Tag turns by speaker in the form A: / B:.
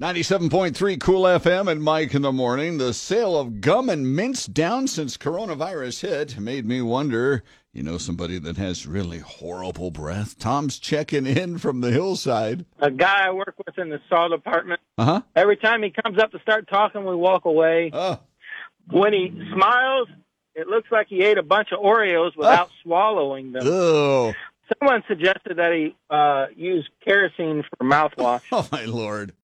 A: 97.3 Cool FM and Mike in the morning. The sale of gum and mints down since coronavirus hit made me wonder. You know somebody that has really horrible breath? Tom's checking in from the hillside.
B: a guy I work with in the saw department.
A: Uh huh.
B: Every time he comes up to start talking, we walk away.
A: Oh,
B: When he smiles, it looks like he ate a bunch of Oreos without swallowing them.
A: oh,
B: Someone suggested that he uh, use kerosene for mouthwash.
A: oh my lord.